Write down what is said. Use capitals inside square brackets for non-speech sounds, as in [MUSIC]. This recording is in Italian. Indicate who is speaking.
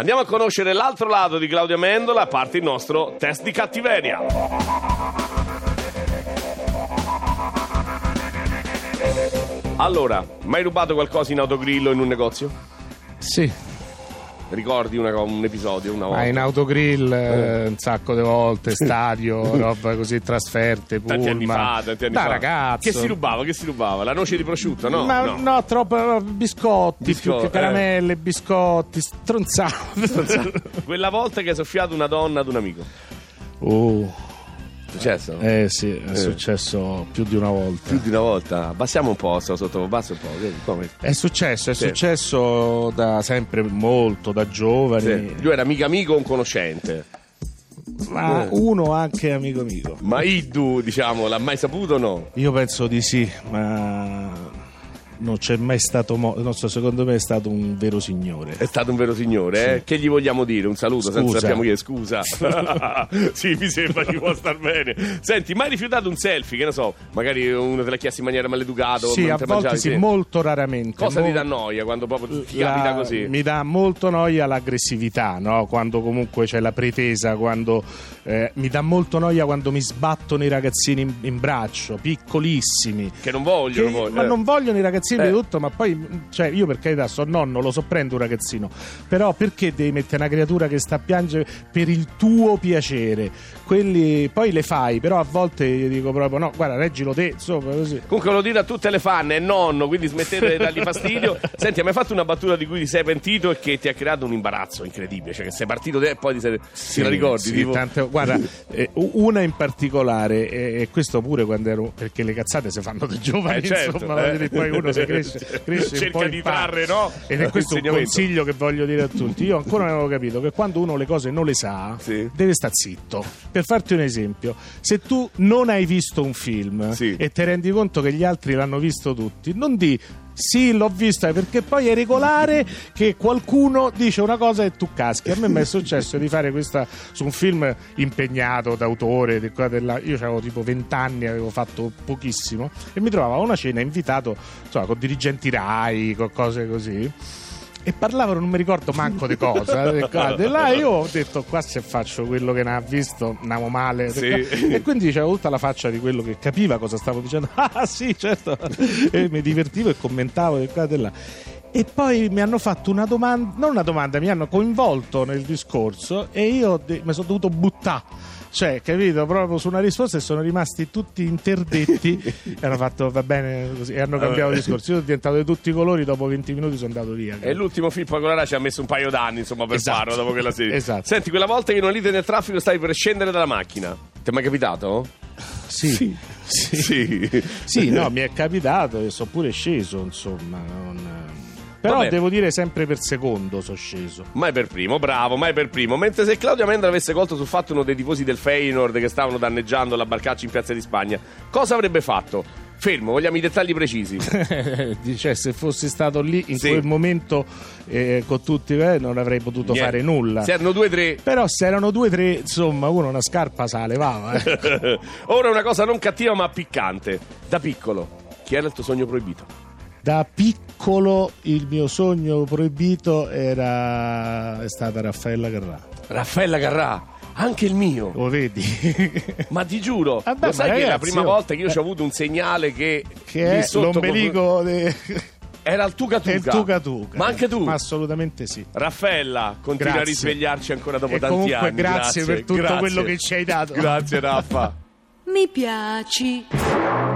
Speaker 1: Andiamo a conoscere l'altro lato di Claudia Mendola, a parte il nostro test di cattiveria. Allora, mai rubato qualcosa in autogrillo in un negozio?
Speaker 2: Sì,
Speaker 1: Ricordi una co- un episodio una volta?
Speaker 2: ma in autogrill eh,
Speaker 3: Oh.
Speaker 2: un sacco di volte,
Speaker 3: [LAUGHS]
Speaker 2: stadio, roba così, trasferte, pullman.
Speaker 1: tanti anni fa, tanti anni
Speaker 2: da
Speaker 1: fa.
Speaker 2: ragazzo.
Speaker 1: Che si rubava, che si rubava? La noce di prosciutto, no?
Speaker 2: ma
Speaker 1: no.
Speaker 2: no, troppo no, biscotti,
Speaker 1: Bisco- eh.
Speaker 2: più che caramelle, biscotti,
Speaker 1: [LAUGHS]
Speaker 2: stronzate.
Speaker 1: [LAUGHS] Quella volta che hai soffiato una donna ad un amico.
Speaker 3: Oh,
Speaker 1: Successo?
Speaker 3: eh sì, è successo più di una volta.
Speaker 1: Più di una volta. Abbassiamo un po', sto sotto, basso un po'. vedi, come-
Speaker 3: È successo, è
Speaker 1: Sì.
Speaker 3: successo da sempre molto, da giovani.
Speaker 1: Sì, Lui era mica amico o un conoscente.
Speaker 3: Ma
Speaker 1: Eh.
Speaker 3: uno anche amico amico.
Speaker 1: Ma Iddu, diciamo, l'ha mai saputo o no?
Speaker 3: Io penso di sì, ma non c'è mai stato mo- non so, secondo me è stato un vero signore.
Speaker 1: È stato un vero signore, eh? Che gli vogliamo dire? Un saluto, senza
Speaker 3: Scusa.
Speaker 1: sappiamo chi è,
Speaker 3: [LAUGHS]
Speaker 1: scusa. [LAUGHS] sì, mi sembra ci può star bene. Senti, mai rifiutato un selfie? Che ne so, magari uno te l'ha chiesto in maniera maleducata. o
Speaker 2: Sì,
Speaker 1: non
Speaker 2: a
Speaker 1: te
Speaker 2: volte
Speaker 1: mangiavi,
Speaker 2: sì, molto raramente.
Speaker 1: Cosa ti
Speaker 2: Mol-
Speaker 1: dà noia quando proprio ti
Speaker 3: La-
Speaker 1: capita così?
Speaker 3: Mi dà molto noia l'aggressività, no? quando comunque c'è la pretesa, quando eh, mi dà molto noia quando mi sbattono i ragazzini in, in braccio, piccolissimi.
Speaker 1: Che non voglio,
Speaker 3: Che-
Speaker 1: non voglio.
Speaker 3: ma
Speaker 1: eh.
Speaker 3: non vogliono i ragazzini
Speaker 1: Eh.
Speaker 3: di tutto, ma poi, cioè, io per carità sono nonno, lo sopprendo un ragazzino, però perché devi mettere una creatura che sta a piangere per il tuo piacere? Quelli poi le fai, però a volte gli dico proprio no, guarda, reggilo te, insomma, così.
Speaker 1: Comunque lo dire a tutte le fan, è nonno, quindi smettete di dargli
Speaker 3: [LAUGHS]
Speaker 1: fastidio. Senti, hai mai fatto una battuta di cui ti sei pentito e che ti ha creato un imbarazzo incredibile? Cioè che sei partito te e poi ti sei... te la ricordi?
Speaker 3: Sì,
Speaker 1: tipo-
Speaker 3: tante- guarda, [LAUGHS] eh, u- una in particolare, e, e questo pure quando ero. perché le cazzate si fanno da giovani,
Speaker 1: Eh, certo,
Speaker 3: insomma, voglio
Speaker 1: eh.
Speaker 3: dire, poi uno si cresce, cresce un
Speaker 1: [LAUGHS] Cerca
Speaker 3: po'
Speaker 1: di
Speaker 3: impara.
Speaker 1: trarre, no? Eh,
Speaker 3: Ed è questo un
Speaker 1: Insegnamento.
Speaker 3: consiglio che voglio dire a tutti. Io ancora non avevo capito che quando uno le cose non le sa,
Speaker 1: Sì.
Speaker 3: deve stare zitto. Per farti un esempio, se tu non hai visto un film
Speaker 1: Sì.
Speaker 3: eh? e ti rendi conto che gli altri l'hanno visto tutti, non di. Sì, l'ho vista perché poi è regolare che qualcuno dice una cosa e tu caschi. A me mi è successo di fare questa su un film impegnato d'autore. di qua, della- Io avevo tipo 20 anni, avevo fatto pochissimo e mi trovavo a una cena invitato insomma, con dirigenti Rai, con cose così. E parlavano, non mi ricordo manco di cosa. eh, di qua, di là, io ho detto: qua se faccio quello che ne ha visto, andiamo male. di
Speaker 1: Sì.
Speaker 3: qua. E quindi c'era tutta la faccia di quello che capiva cosa stavo dicendo. [LAUGHS] Ah, sì, certo. E mi divertivo e commentavo di qua e di là. E poi mi hanno fatto una domanda, non una domanda, mi hanno coinvolto nel discorso e io de- mi sono dovuto buttare. Cioè, capito? Proprio su una risposta e sono rimasti tutti interdetti. e hanno fatto va bene così e hanno cambiato discorso. Io sono diventato di tutti i colori, dopo 20 minuti sono andato via.
Speaker 1: E l'ultimo film Colorà ci ha messo un paio d'anni, insomma, per
Speaker 3: Esatto.
Speaker 1: farlo dopo quella serie.
Speaker 3: Esatto.
Speaker 1: Senti, quella volta che in una lite nel traffico stavi per scendere dalla macchina. Ti è mai capitato?
Speaker 3: Sì. Sì. Sì.
Speaker 1: Sì.
Speaker 3: [LAUGHS] no, mi è capitato e sono pure sceso, insomma. non- Però
Speaker 1: Vabbè.
Speaker 3: devo dire sempre per secondo sono sceso.
Speaker 1: Mai per primo, bravo, mai per primo. Mentre se Claudia Mendra avesse colto sul fatto uno dei tifosi del Feyenoord che stavano danneggiando la barcaccia in Piazza di Spagna, cosa avrebbe fatto? Fermo, vogliamo i dettagli precisi.
Speaker 3: [LAUGHS] Dice, se fossi stato lì in
Speaker 1: Sì.
Speaker 3: quel momento eh, con tutti, eh, non avrei potuto
Speaker 1: Niente.
Speaker 3: fare nulla.
Speaker 1: Se erano due o tre. [LAUGHS]
Speaker 3: Però se erano due o tre, insomma, uno una scarpa se la levava.
Speaker 1: [LAUGHS]
Speaker 3: eh.
Speaker 1: Ora una cosa non cattiva ma piccante. Da piccolo, chi era il tuo sogno proibito?
Speaker 3: Da piccolo il mio sogno proibito era... è stata Raffaella Carrà.
Speaker 1: Raffaella Carrà, anche il mio.
Speaker 3: Lo Oh, vedi?
Speaker 1: Ma ti giuro,
Speaker 3: Vabbè,
Speaker 1: lo sai
Speaker 3: ma
Speaker 1: che è la
Speaker 3: ragazzi,
Speaker 1: prima
Speaker 3: oh.
Speaker 1: volta che io ci ho avuto un segnale che,
Speaker 3: [LAUGHS] che
Speaker 1: lì
Speaker 3: è
Speaker 1: sotto-
Speaker 3: l'ombelico de-
Speaker 1: era il Tuca Tuca.
Speaker 3: del Tuca Tuca.
Speaker 1: Ma anche tu.
Speaker 3: Ma assolutamente sì.
Speaker 1: Raffaella, continua a
Speaker 3: Grazie.
Speaker 1: risvegliarci ancora dopo
Speaker 3: E
Speaker 1: tanti
Speaker 3: comunque
Speaker 1: anni.
Speaker 3: [LAUGHS] grazie per tutto quello che ci hai dato.
Speaker 1: Grazie Raffa.
Speaker 4: Mi piaci.